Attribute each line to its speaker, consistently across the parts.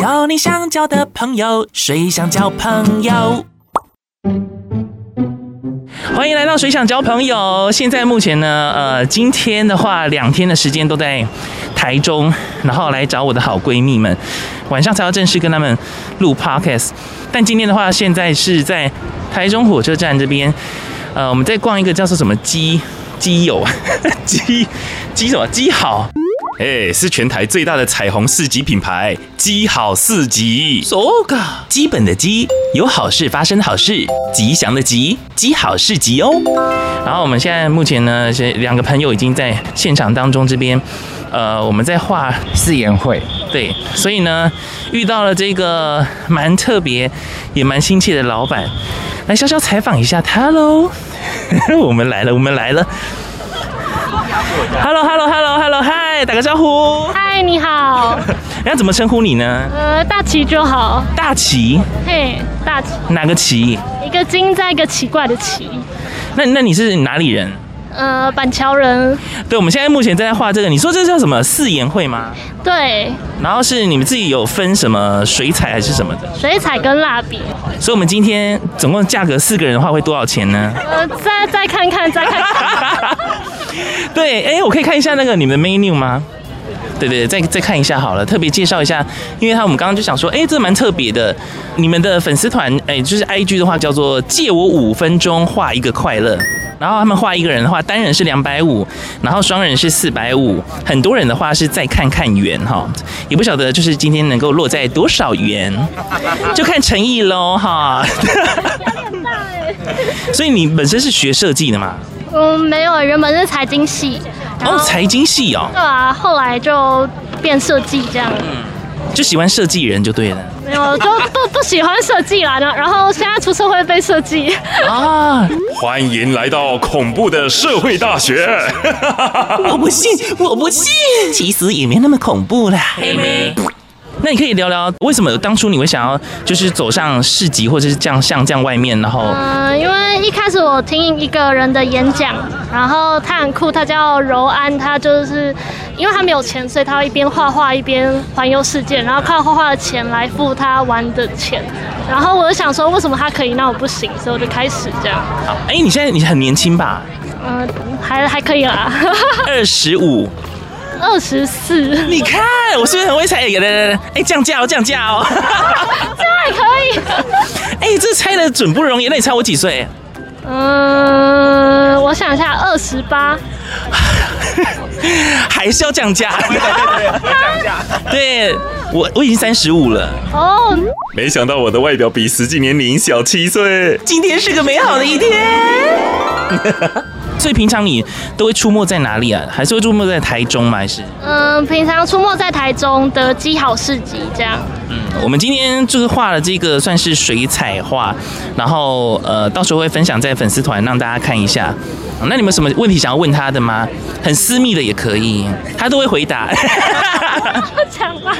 Speaker 1: 交你想交的朋友，谁想交朋友？欢迎来到水想交朋友。现在目前呢，呃，今天的话，两天的时间都在台中，然后来找我的好闺蜜们，晚上才要正式跟她们录 podcast。但今天的话，现在是在台中火车站这边，呃，我们在逛一个叫做什么鸡鸡友 鸡鸡什么鸡好。
Speaker 2: 哎，是全台最大的彩虹市集品牌——基好市集。
Speaker 1: So g 基本的基，有好事发生的好事，吉祥的吉，基好事吉哦。然后我们现在目前呢，是两个朋友已经在现场当中这边，呃，我们在画
Speaker 3: 誓言会，
Speaker 1: 对，所以呢，遇到了这个蛮特别也蛮亲切的老板，来稍稍采访一下他喽。 我们来了，我们来了。Hello，Hello，Hello，Hello，嗨，打个招呼。
Speaker 4: 嗨，你好，
Speaker 1: 要怎么称呼你呢？
Speaker 4: 呃，大齐就好，
Speaker 1: 大奇，
Speaker 4: 嘿，大齐，
Speaker 1: 哪个奇？
Speaker 4: 一个金在一个奇怪的奇，
Speaker 1: 那那你是哪里人？
Speaker 4: 呃，板桥人，
Speaker 1: 对，我们现在目前正在画这个，你说这叫什么四言会吗？
Speaker 4: 对，
Speaker 1: 然后是你们自己有分什么水彩还是什么的？
Speaker 4: 水彩跟蜡笔，
Speaker 1: 所以我们今天总共价格四个人的话会多少钱呢？
Speaker 4: 呃，再再看看，再看看，
Speaker 1: 对，哎，我可以看一下那个你们的 menu 吗？对对，对再再看一下好了，特别介绍一下，因为他我们刚刚就想说，哎，这蛮特别的。你们的粉丝团，哎，就是 IG 的话叫做“借我五分钟画一个快乐”，然后他们画一个人的话，单人是两百五，然后双人是四百五，很多人的话是再看看缘哈，也不晓得就是今天能够落在多少元，就看诚意喽哈。 所以你本身是学设计的嘛？
Speaker 4: 嗯，没有，原本是财经系，然
Speaker 1: 哦，
Speaker 4: 后
Speaker 1: 财经系哦。
Speaker 4: 对啊，后来就变设计这样，
Speaker 1: 就喜欢设计人就对了
Speaker 4: 没有，就不不喜欢设计啦，然后然后现在出社会被设计，
Speaker 1: 啊！
Speaker 2: 欢迎来到恐怖的社会大 学。
Speaker 1: 啊我不信，我不信，其实也没那么恐怖啦。那你可以聊聊为什么当初你会想要就是走上市集，或者是这样像这样外面，然后
Speaker 4: 嗯，因为一开始我听一个人的演讲，然后他很酷，他叫柔安，他就是因为他没有钱，所以他会一边画画一边环游世界，然后靠画画的钱来付他玩的钱。然后我就想说，为什么他可以，那我不行，所以我就开始这样。
Speaker 1: 好哎、你现在你很年轻吧？
Speaker 4: 嗯，还还可以啦，
Speaker 1: 二十五，
Speaker 4: 二十四，
Speaker 1: 你看我是不是很会猜？哎来来来，哎、降价哦，降价 哦！
Speaker 4: 这样还可以。
Speaker 1: 哎、这猜的准不容易。那你猜我几岁？
Speaker 4: 嗯，我想一下，二十八，
Speaker 1: 还是要降价？对对对，降价。 对我我已经三十五了，
Speaker 4: 哦，
Speaker 2: 没想到我的外表比实际年龄小七岁。
Speaker 1: 今天是个美好的一 天。所以平常你都会出没在哪里啊？还是会出没在台中吗？还是？
Speaker 4: 嗯，平常出没在台中的基好市集这样。
Speaker 1: 我们今天就是画了这个算是水彩画，然后呃，到时候会分享在粉丝团让大家看一下。那你们有什么问题想要问他的吗？很私密的也可以，他都会回答。
Speaker 4: 讲吧。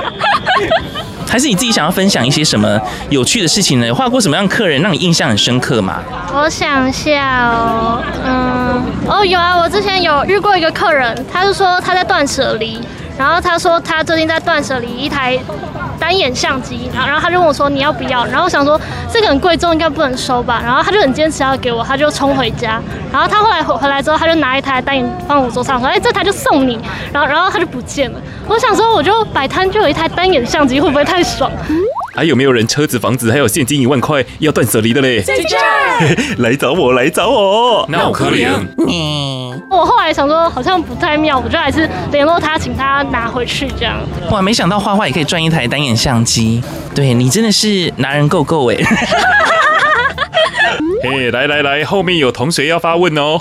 Speaker 1: 还是你自己想要分享一些什么有趣的事情呢？有画过什么样的客人让你印象很深刻吗？
Speaker 4: 我想一下哦，嗯，哦有啊，我之前有遇过一个客人，他是说他在断舍离，然后他说他最近在断舍离一台单眼相机，然后然后他就问我说你要不要，然后我想说这个很贵重，应该不能收吧，然后他就很坚持要给我，他就冲回家，然后他后来回回来之后，他就拿一台单眼放我桌上说，哎这台就送你，然后然后他就不见了，我想说我就摆摊就有一台单眼相机，会不会太爽？
Speaker 2: 还有没有人车子、房子还有现金一万块要断舍离的嘞？在这儿， 来找我，来找我。那我可怜。
Speaker 1: 嗯
Speaker 4: 我后来想说好像不太妙，我就还是联络他，请他拿回去这样。
Speaker 1: 哇，没想到画画也可以赚一台单眼相机，对你真的是拿人够够 哎！
Speaker 2: 嘿，来来来，后面有同学要发问哦。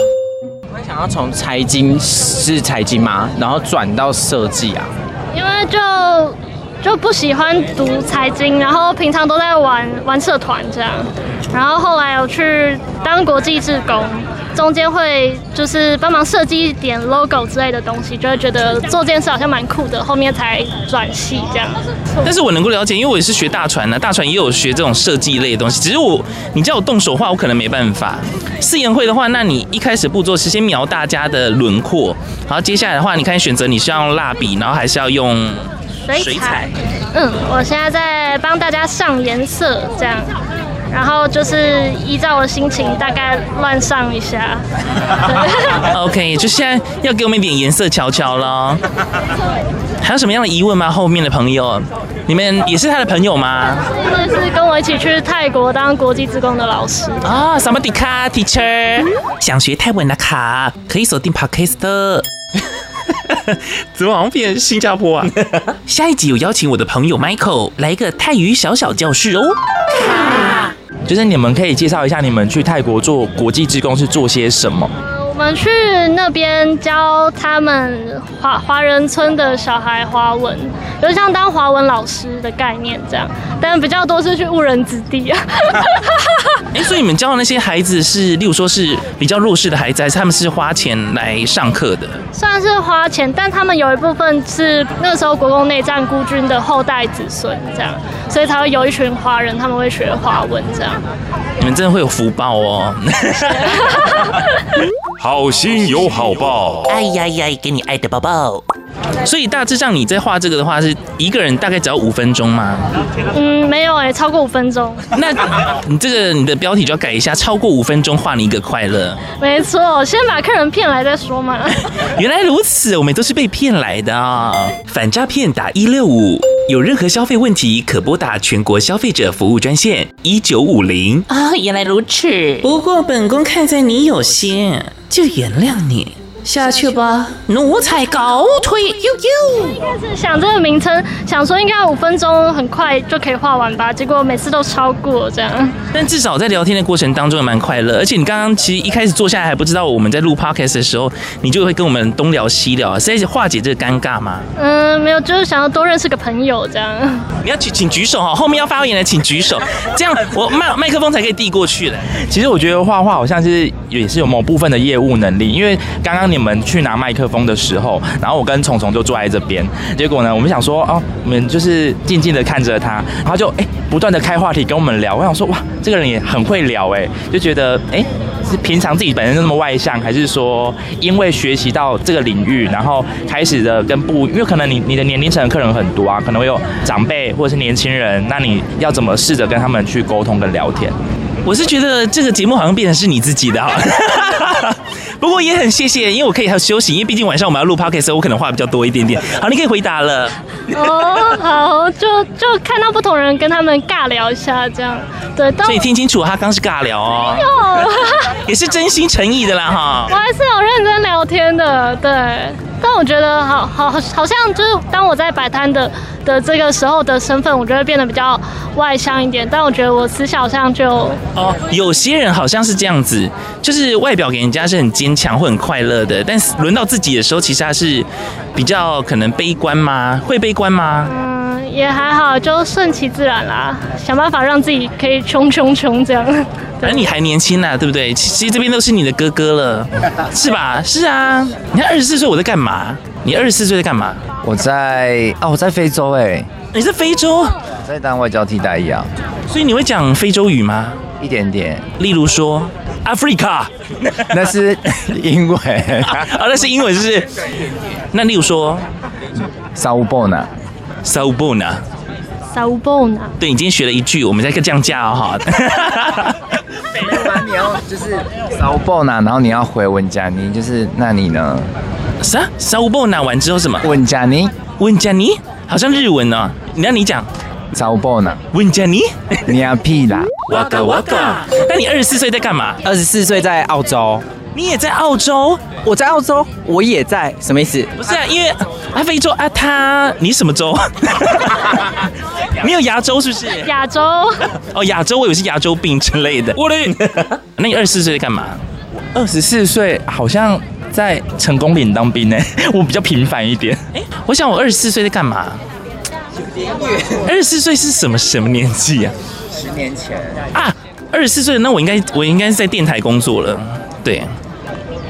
Speaker 3: 我想要从财经是财经吗？然后转到设计啊？
Speaker 4: 因为就就不喜欢读财经，然后平常都在玩玩社团这样，然后后来有去当国际志工，中间会就是帮忙设计一点 logo 之类的东西，就会觉得做这件事好像蛮酷的，后面才转系这样。
Speaker 1: 但是我能够了解，因为我也是学大传的、大传也有学这种设计类的东西。只是我，你叫我动手画，我可能没办法。试验会的话，那你一开始步骤是先描大家的轮廓，然后接下来的话，你看选择你是要用蜡笔，然后还是要用
Speaker 4: 水彩。
Speaker 1: 水彩
Speaker 4: 嗯，我现在在帮大家上颜色，这样，然后就是依照我心情大概乱上一下。 对
Speaker 1: OK，就现在要给我们一点颜色瞧瞧了。还有什么样的疑问吗？后面的朋友，你们也是他的朋友吗？
Speaker 4: 那是跟我一起去泰国当国际职工的老师。
Speaker 1: 啊，萨瓦迪卡 teacher，想学泰文的卡可以锁定 podcast。怎么好像变新加坡啊？ 下一集有邀请我的朋友 Michael 来一个泰语小小教室哦。
Speaker 5: 就是你们可以介绍一下你们去泰国做国际职工是做些什么？
Speaker 4: 我们去那边教他们华华人村的小孩华文，有点像当华文老师的概念这样，但比较多是去误人子弟啊。
Speaker 1: 哎、所以你们教的那些孩子是，例如说是比较弱势的孩子，还是他们是花钱来上课的？
Speaker 4: 算是花钱，但他们有一部分是那时候国共内战孤军的后代子孙这样，所以才会有一群华人他们会学华文这样。
Speaker 1: 你们真的会有福报哦！
Speaker 2: 好心有好报。
Speaker 6: 哎呀呀，给你爱的抱抱。
Speaker 1: 所以大致上你在画这个的话，是一个人大概只要五分钟吗？
Speaker 4: 嗯，没有哎、超过五分钟，
Speaker 1: 那你这个你的标题就要改一下，超过五分钟画你一个快乐。
Speaker 4: 没错，先把客人骗来再说嘛。
Speaker 1: 原来如此，我们都是被骗来的啊、
Speaker 5: 反诈骗打一六五，有任何消费问题可拨打全国消费者服务专线一九五零。
Speaker 7: 啊，原来如此。
Speaker 8: 不过本宫看在你有心，就原谅你。下去吧，奴才高推悠悠。
Speaker 4: 但是 想这个名称，想说应该五分钟很快就可以画完吧，结果每次都超过这样。
Speaker 1: 但至少在聊天的过程当中也蛮快乐，而且你刚刚其实一开始坐下来还不知道我们在录 podcast 的时候，你就会跟我们东聊西聊，是在化解这个尴尬吗？
Speaker 4: 嗯，没有，就是想要多认识个朋友 这样。
Speaker 1: 你要举请举手哈，后面要发言的请举手， 这样我麦麦克风才可以递过去嘞。
Speaker 5: 其实我觉得画画好像是也是有某部分的业务能力，因为刚刚你们去拿麦克风的时候，然后我跟虫虫就坐在这边，结果呢，我们想说哦，我们就是静静的看着他，然后就哎不断的开话题跟我们聊，我想说哇，这个人也很会聊哎，就觉得哎是平常自己本身就那么外向，还是说因为学习到这个领域，然后开始的跟不，因为可能你你的年龄层的客人很多啊，可能会有长辈或者是年轻人，那你要怎么试着跟他们去沟通跟聊天？
Speaker 1: 我是觉得这个节目好像变成是你自己的哈。不过也很谢谢，因为我可以还有休息，因为毕竟晚上我们要录 podcast，我可能话比较多一点点。好，你可以回答了。
Speaker 4: 哦，好，就就看到不同人跟他们尬聊一下这样。对，但
Speaker 1: 所以听清楚，他刚刚是尬 聊哦，
Speaker 4: 哦，
Speaker 1: 也是真心诚意的啦哈
Speaker 4: 我。还是有认真聊天的，对。但我觉得好好好像就是当我在摆摊的的这个时候的身份，我就会变得比较外向一点。但我觉得我私小上就
Speaker 1: 哦，有些人好像是这样子，就是外表给人家是很坚强或很快乐的，但是轮到自己的时候，其实他是比较可能悲观吗？会悲观吗？
Speaker 4: 嗯也还好，就顺其自然啦，想办法让自己可以冲冲冲这样。
Speaker 1: 反正你还年轻呐、啊对不对？其其实这边都是你的哥哥了，是吧？是啊，你看二十四岁我在干嘛？你二十四岁在干嘛？
Speaker 9: 我在啊，我在非洲哎、
Speaker 1: 你在非洲，
Speaker 9: 在当外交替代役啊，
Speaker 1: 所以你会讲非洲语吗？
Speaker 9: 一点点。
Speaker 1: 例如说 Africa，
Speaker 9: 那是 因为
Speaker 1: 啊，那是英文是不是？那例如说
Speaker 9: 沙乌布呢，
Speaker 1: s a u b o n a
Speaker 4: 撒乌蹦呢？
Speaker 1: 对你今天学了一句，我们再降价哦哈。
Speaker 9: 你要就是沙乌布呢，然后你要回文加尼，就是那你呢？
Speaker 1: 啥 s a u b o n a 完之后什么？
Speaker 9: 文加尼，
Speaker 1: 问加尼，好像日文哦。你让你讲
Speaker 9: 沙乌布呢，
Speaker 1: 问加 尼，
Speaker 9: 你要屁啦！
Speaker 2: 哇嘎哇嘎！
Speaker 1: 那你二十四岁在干嘛？
Speaker 3: 二十四岁在澳洲，
Speaker 1: 你也在澳洲？
Speaker 3: 我在澳洲，我也在，什么意思？
Speaker 1: 不是啊，因为啊，非洲啊，他你什 么洲？你有牙洲是不是？
Speaker 4: 亚洲，
Speaker 1: 哦，亚洲，我以为是牙周病之类的。我嘞， 那你二十四岁在干嘛？
Speaker 5: 二十四岁好像在成功岭当兵呢、 我比较平凡一点。
Speaker 1: 哎、我想我二十四岁在干嘛？二十四岁是什么什么年纪啊？
Speaker 9: 十年前，
Speaker 1: 啊，二十四岁，那我应该我应该是在电台工作了。对，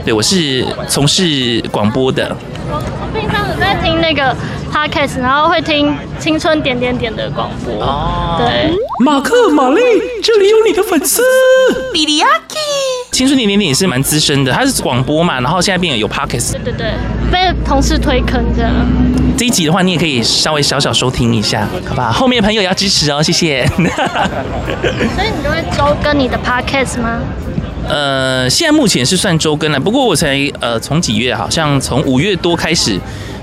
Speaker 1: 对，我是从事广播的。
Speaker 4: 我平常有在听那个 podcast，然后会听青春点点点的广播。对。
Speaker 2: 马克、玛丽，这里有你的粉丝。
Speaker 7: 比利亚基。
Speaker 1: 青春点点点也是蛮资深的，他是广播嘛，然后现在变有 podcast。
Speaker 4: 对对对，被同事推坑这样。
Speaker 1: 这一集的话，你也可以稍微小小收听一下，好吧？后面的朋友也要支持哦，谢谢。
Speaker 4: 所以你就会周更你的 podcast 吗？
Speaker 1: 呃，现在目前是算周更了，不过我才呃从几月，好像从五月多开始，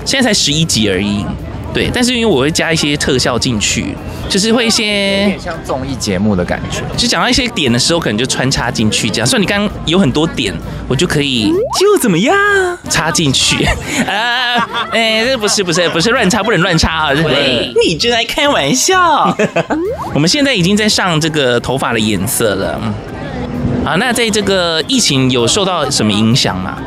Speaker 1: 现在才十一集而已。对，但是因为我会加一些特效进去，就是会一
Speaker 9: 有
Speaker 1: 些
Speaker 9: 点，像综艺节目的感觉。
Speaker 1: 就讲到一些点的时候，可能就穿插进去这样。所以你刚刚有很多点，我就可以就怎么样插进去。 啊，哎、这不是不是不是乱插，不能乱插啊！对，
Speaker 5: 你正在开玩笑。
Speaker 1: 我们现在已经在上这个头发的颜色了。嗯，啊，那在这个疫情有受到什么影响吗？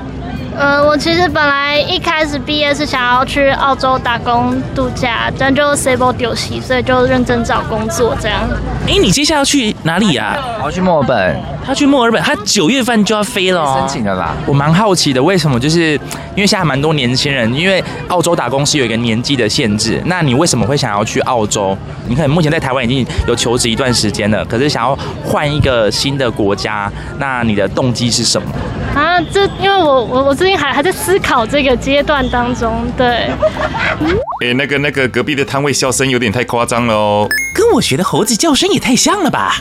Speaker 4: 呃，我其实本来一开始毕业是想要去澳洲打工度假，但就 s a b l e 丢弃，所以就认真找工作这样。
Speaker 1: 哎，你接下来要去哪里呀、
Speaker 9: 我要去墨尔本
Speaker 1: 他去墨尔本，他九月份就要飞了、
Speaker 9: 申
Speaker 1: 哦。
Speaker 9: 请了啦，
Speaker 5: 我蛮好奇的，为什么就是因为现在蛮多年轻人，因为澳洲打工是有一个年纪的限制，那你为什么会想要去澳洲？你看目前在台湾已经有求职一段时间了，可是想要换一个新的国家，那你的动机是什么？
Speaker 4: 啊，这因为我我我最近还还在思考这个阶段当中，对，
Speaker 2: 哎、那个那个隔壁的摊位笑声有点太夸张了哦。
Speaker 5: 跟我学的猴子叫声也太像了吧？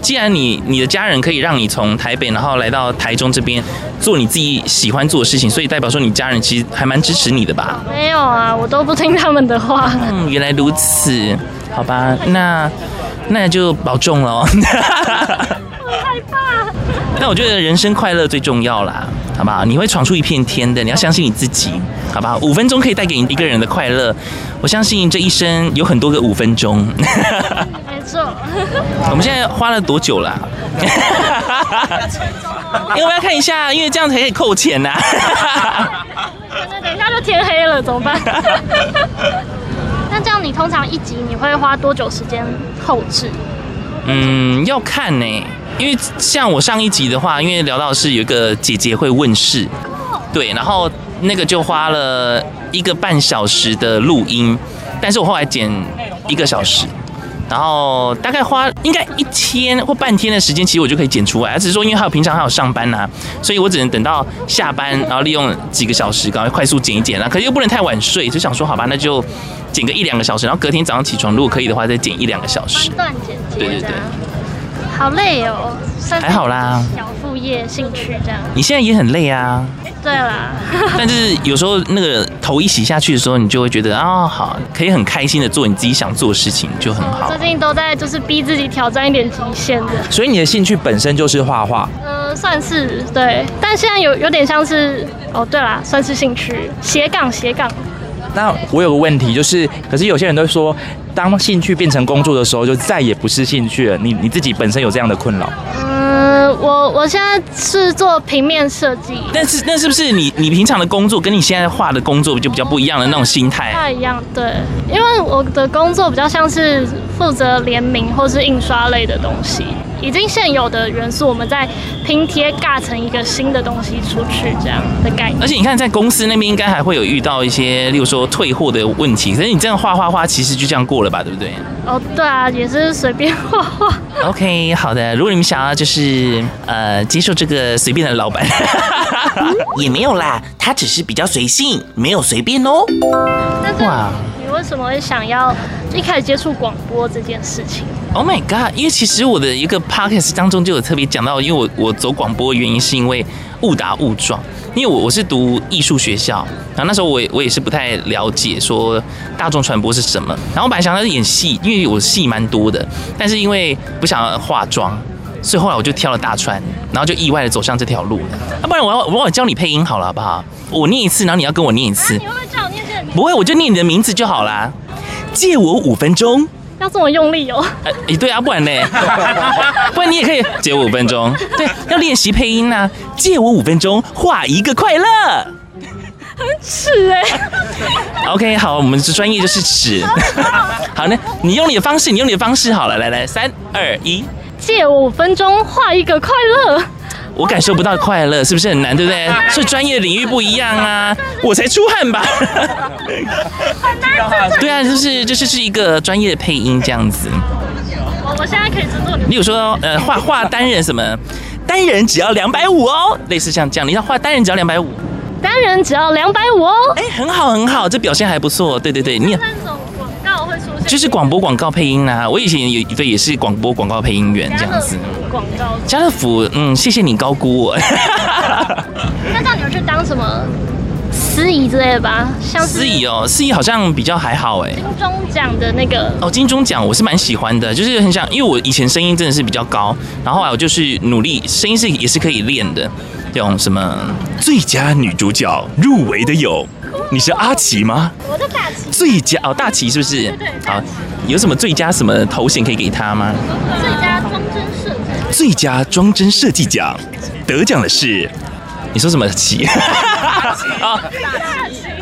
Speaker 1: 既然你你的家人可以让你从台北，然后来到台中这边做你自己喜欢做的事情，所以代表说你家人其实还蛮支持你的吧？
Speaker 4: 没有啊，我都不听他们的话。
Speaker 1: 嗯，原来如此，好吧，那那就保重喽。
Speaker 4: 害怕。
Speaker 1: 那我觉得人生快乐最重要啦，好不好？你会闯出一片天的，你要相信你自己，好不好？五分钟可以带给你一个人的快乐，我相信这一生有很多个五分钟。
Speaker 4: 没错，
Speaker 1: 我们现在花了多久啦、
Speaker 4: 啊
Speaker 1: 因为我要看一下，因为这样才可以扣钱啊呐、
Speaker 4: 那等一下就天黑了，怎么办？ 那这样你通常一集你会花多久时间后置？
Speaker 1: 嗯，要看呢、因为像我上一集的话，因为聊到是有一个姐姐会问世，对，然后那个就花了一个半小时的录音，但是我后来剪一个小时。然后大概花应该一天或半天的时间，其实我就可以剪出来。只是说，因为还有平常还有上班呐、啊所以我只能等到下班，然后利用几个小时，赶快快速剪一剪啦、啊可是又不能太晚睡，就想说好吧，那就剪个一两个小时，然后隔天早上起床，如果可以的话，再剪一两个小时。
Speaker 4: 断剪
Speaker 1: 对
Speaker 4: 接
Speaker 1: 对
Speaker 4: 这
Speaker 1: 对
Speaker 4: 样，好累哦。算是
Speaker 1: 还好啦
Speaker 4: 小副业兴趣这样。
Speaker 1: 你现在也很累啊，
Speaker 4: 对啦，
Speaker 1: 但是有时候那个头一洗下去的时候，你就会觉得啊、好，可以很开心的做你自己想做的事情，就很好
Speaker 4: 哦最。近都在就是逼自己挑战一点极限的。
Speaker 5: 所以你的兴趣本身就是画画，
Speaker 4: 呃，算是对，但现在有有点像是哦，对啦，算是兴趣斜杠斜杠。
Speaker 5: 那我有个问题，就是，可是有些人都说，当兴趣变成工作的时候，就再也不是兴趣了。你你自己本身有这样的困扰？
Speaker 4: 嗯、我我现在是做平面设计，
Speaker 1: 但是那是不是你你平常的工作跟你现在画的工作就比较不一样的那种心
Speaker 4: 不
Speaker 1: 态？
Speaker 4: 太一样。对，因为我的工作比较像是负责联名或是印刷类的东西，已经现有的元素，我们再拼贴尬成一个新的东西出去，这样的概念
Speaker 1: 而。且你看，在公司那边应该还会有遇到一些，例如说退货的问题。可是你这样画画画，其实就这样过了吧，对不对
Speaker 4: 哦，对啊，也是随便画画。
Speaker 1: ？OK，好的。如果你们想要就是呃接受这个随便的老板，
Speaker 6: 也没有啦，他只是比较随性，没有随便哦。
Speaker 4: 但
Speaker 1: 哇
Speaker 4: 是你为什么会想要一开始接触广播这件 事情？
Speaker 1: Oh my god！因为其实我的一个 podcast 当中就有特别讲到，因为我我走广播的原因是因为误打误撞，因为我我是读艺术学校，然后那时候我也我也是不太了解说大众传播是什么，然后我本来想要演戏，因为我戏蛮多的，但是因为不想要化妆，所以后来我就挑了大川，然后就意外的走上这条路了。啊，不然我要我我教你配音好了，好不好？我念一次，然后你要跟我念一次
Speaker 4: 你，会不会叫我念这
Speaker 1: 不会我就念你的名字就好啦。借我五分钟。
Speaker 4: 要这么用力哦？
Speaker 1: 哎、诶对啊，不 然呢？不然你也可以借我五分钟。对，要练习配音呐、啊借我五分钟，画一个快乐。
Speaker 4: 是哎、
Speaker 1: OK，好，我们是专业就是 尺。好，那你用你的方式，你用你的方式好了。来来，三二一，
Speaker 4: 借我五分钟画一个快乐。
Speaker 1: 我感受不到快乐，是不是很难？对 不对？所以专业的领域不一样啊，我才出汗吧。对啊，就是就是是一个专业的配音这样子。
Speaker 4: 我现在可以只做
Speaker 1: 例如说，呃，画画单人什么，单人只要两百五哦，类似像这样，你要画单人只要两百五，
Speaker 4: 单人只要两百五哦。
Speaker 1: 哎，很好很好，这表现还不错，对对对，你也
Speaker 4: 那种广告会出现，
Speaker 1: 哎就是广播广告配音啦、我以前有对也是广播广告配音员这样子。
Speaker 4: 广告。
Speaker 1: 家乐福，嗯，谢谢你高估我。
Speaker 4: 那到底有去当什么司仪之类的吧？像是
Speaker 1: 司仪哦，司仪好像比较还好哎。
Speaker 4: 金钟奖的那个
Speaker 1: 哦，金钟奖我是蛮喜欢的，就是很想，因为我以前声音真的是比较高，然后后来我就是努力，声音是也是可以练的，用什么？
Speaker 2: 最佳女主角入围的有，你是阿奇吗？
Speaker 4: 我在大旗，
Speaker 1: 最佳哦，大旗是不是？
Speaker 4: 对大
Speaker 1: 好
Speaker 4: 旗，
Speaker 1: 有什么最佳什么头衔可以给他吗？
Speaker 4: 最佳装帧设计，
Speaker 2: 最佳装帧设计奖得奖的是
Speaker 1: 你说什么旗？ 啊，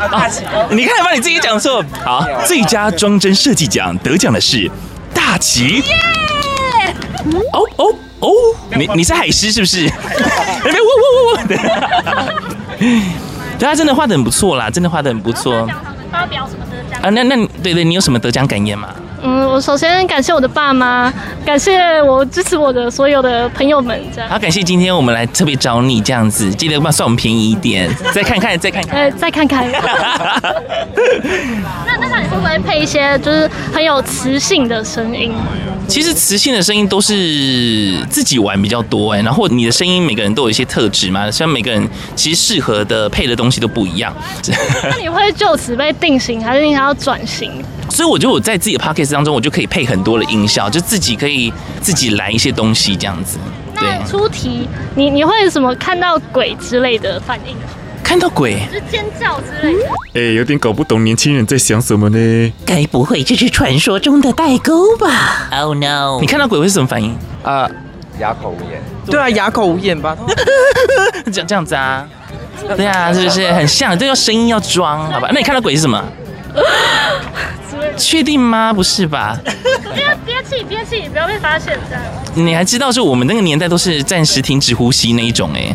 Speaker 1: 哦你看把你自己讲错。好，
Speaker 2: 最佳装帧设计奖得奖的是大齐。
Speaker 1: 哦哦哦，你你是海狮是不哎是？那边呜呜呜呜。 对他啊真的画的很不错啦，真的画的很不错
Speaker 4: 讲他们发表什么得奖
Speaker 1: 啊。那那你对对，你有什么得奖感言吗？
Speaker 4: 嗯，我首先感谢我的爸妈，感谢我支持我的所有的朋友们，这样。
Speaker 1: 好，感谢今天我们来特别找你这样子，记得帮算我们便宜一点，再看看再看看。
Speaker 4: 呃，再看看。那那像你会不会配一些就是很有磁性的声音？
Speaker 1: 其实磁性的声音都是自己玩比较多哎、然后你的声音每个人都有一些特质嘛，虽然每个人其实适合的配的东西都不一样，
Speaker 4: 那你会就此被定型，还是你想要转型？
Speaker 1: 所以我觉得我在自己的 podcast 当中，我就可以配很多的音效，就自己可以自己来一些东西这样子。对
Speaker 4: 那，出题，你你会什么看到鬼之类的反应？
Speaker 1: 看到鬼
Speaker 4: 就是尖叫之类的。
Speaker 2: 哎，有点搞不懂年轻人在想什么呢。
Speaker 6: 该不会这是传说中的代沟吧？Oh no！
Speaker 1: 你看到鬼会是什么反应？
Speaker 3: 呃，
Speaker 9: 哑口无言。
Speaker 3: 对啊，哑口无言吧。
Speaker 1: 这样这样子啊？对啊，是不是很像？这要声音要装，好吧？那你看到鬼是什么？确定吗？不是吧？
Speaker 4: 憋憋气，憋嗯气，不要被发现这样。
Speaker 1: 你还知道是我们那个年代都是暂时停止呼吸那一种哎、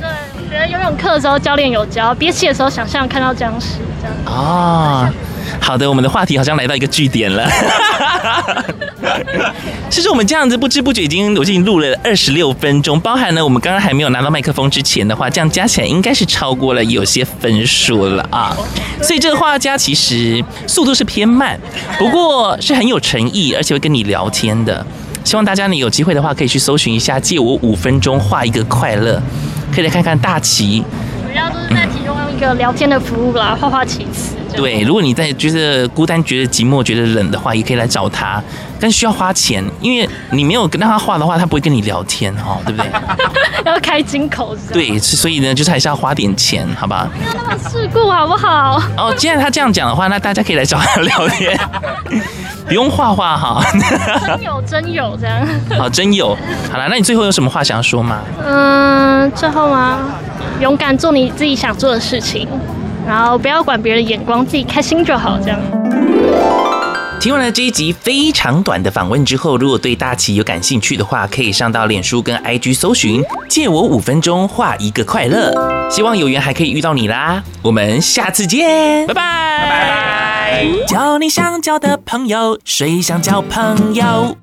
Speaker 4: 对，觉得游泳课的时候教练有教，憋气的时候想象看到僵尸这样。
Speaker 1: 哦，好的，我们的话题好像来到一个据点了。 其实我们这样子不知不觉已经，我已经录了二十六分钟，包含了我们刚刚还没有拿到麦克风之前的话，这样加起来应该是超过了有些分数了啊。所以这个画家其实速度是偏慢，不过是很有诚意，而且会跟你聊天的。希望大家呢有机会的话，可以去搜寻一下，借我五分钟画一个快乐，可以来看看大旗
Speaker 4: 主要就是在提供一个聊天的服务啦，画画其词。这样，
Speaker 1: 对，如果你在觉得孤单、觉得寂寞、觉得冷的话，也可以来找他，但需要花钱，因为你没有跟他画的话，他不会跟你聊天哦，对不对？
Speaker 4: 要开金口是这样。
Speaker 1: 对，是所以呢，就是还是要花点钱，好吧？
Speaker 4: 不要那么世故好不好？
Speaker 1: 哦，既然他这样讲的话，那大家可以来找他聊天， 不用画画哈。
Speaker 4: 真有真有这样。
Speaker 1: 好，真有。好了，那你最后有什么话想要说吗？
Speaker 4: 嗯，最后吗？勇敢做你自己想做的事情，然后不要管别人的眼光，自己开心就好。这样。
Speaker 1: 听完了这一集非常短的访问之后，如果对大旗有感兴趣的话，可以上到脸书跟 IG 搜寻“借我五分钟画一个快乐”。希望有缘还可以遇到你啦，我们下次见，拜拜拜拜。交你想交的朋友，谁想交朋友？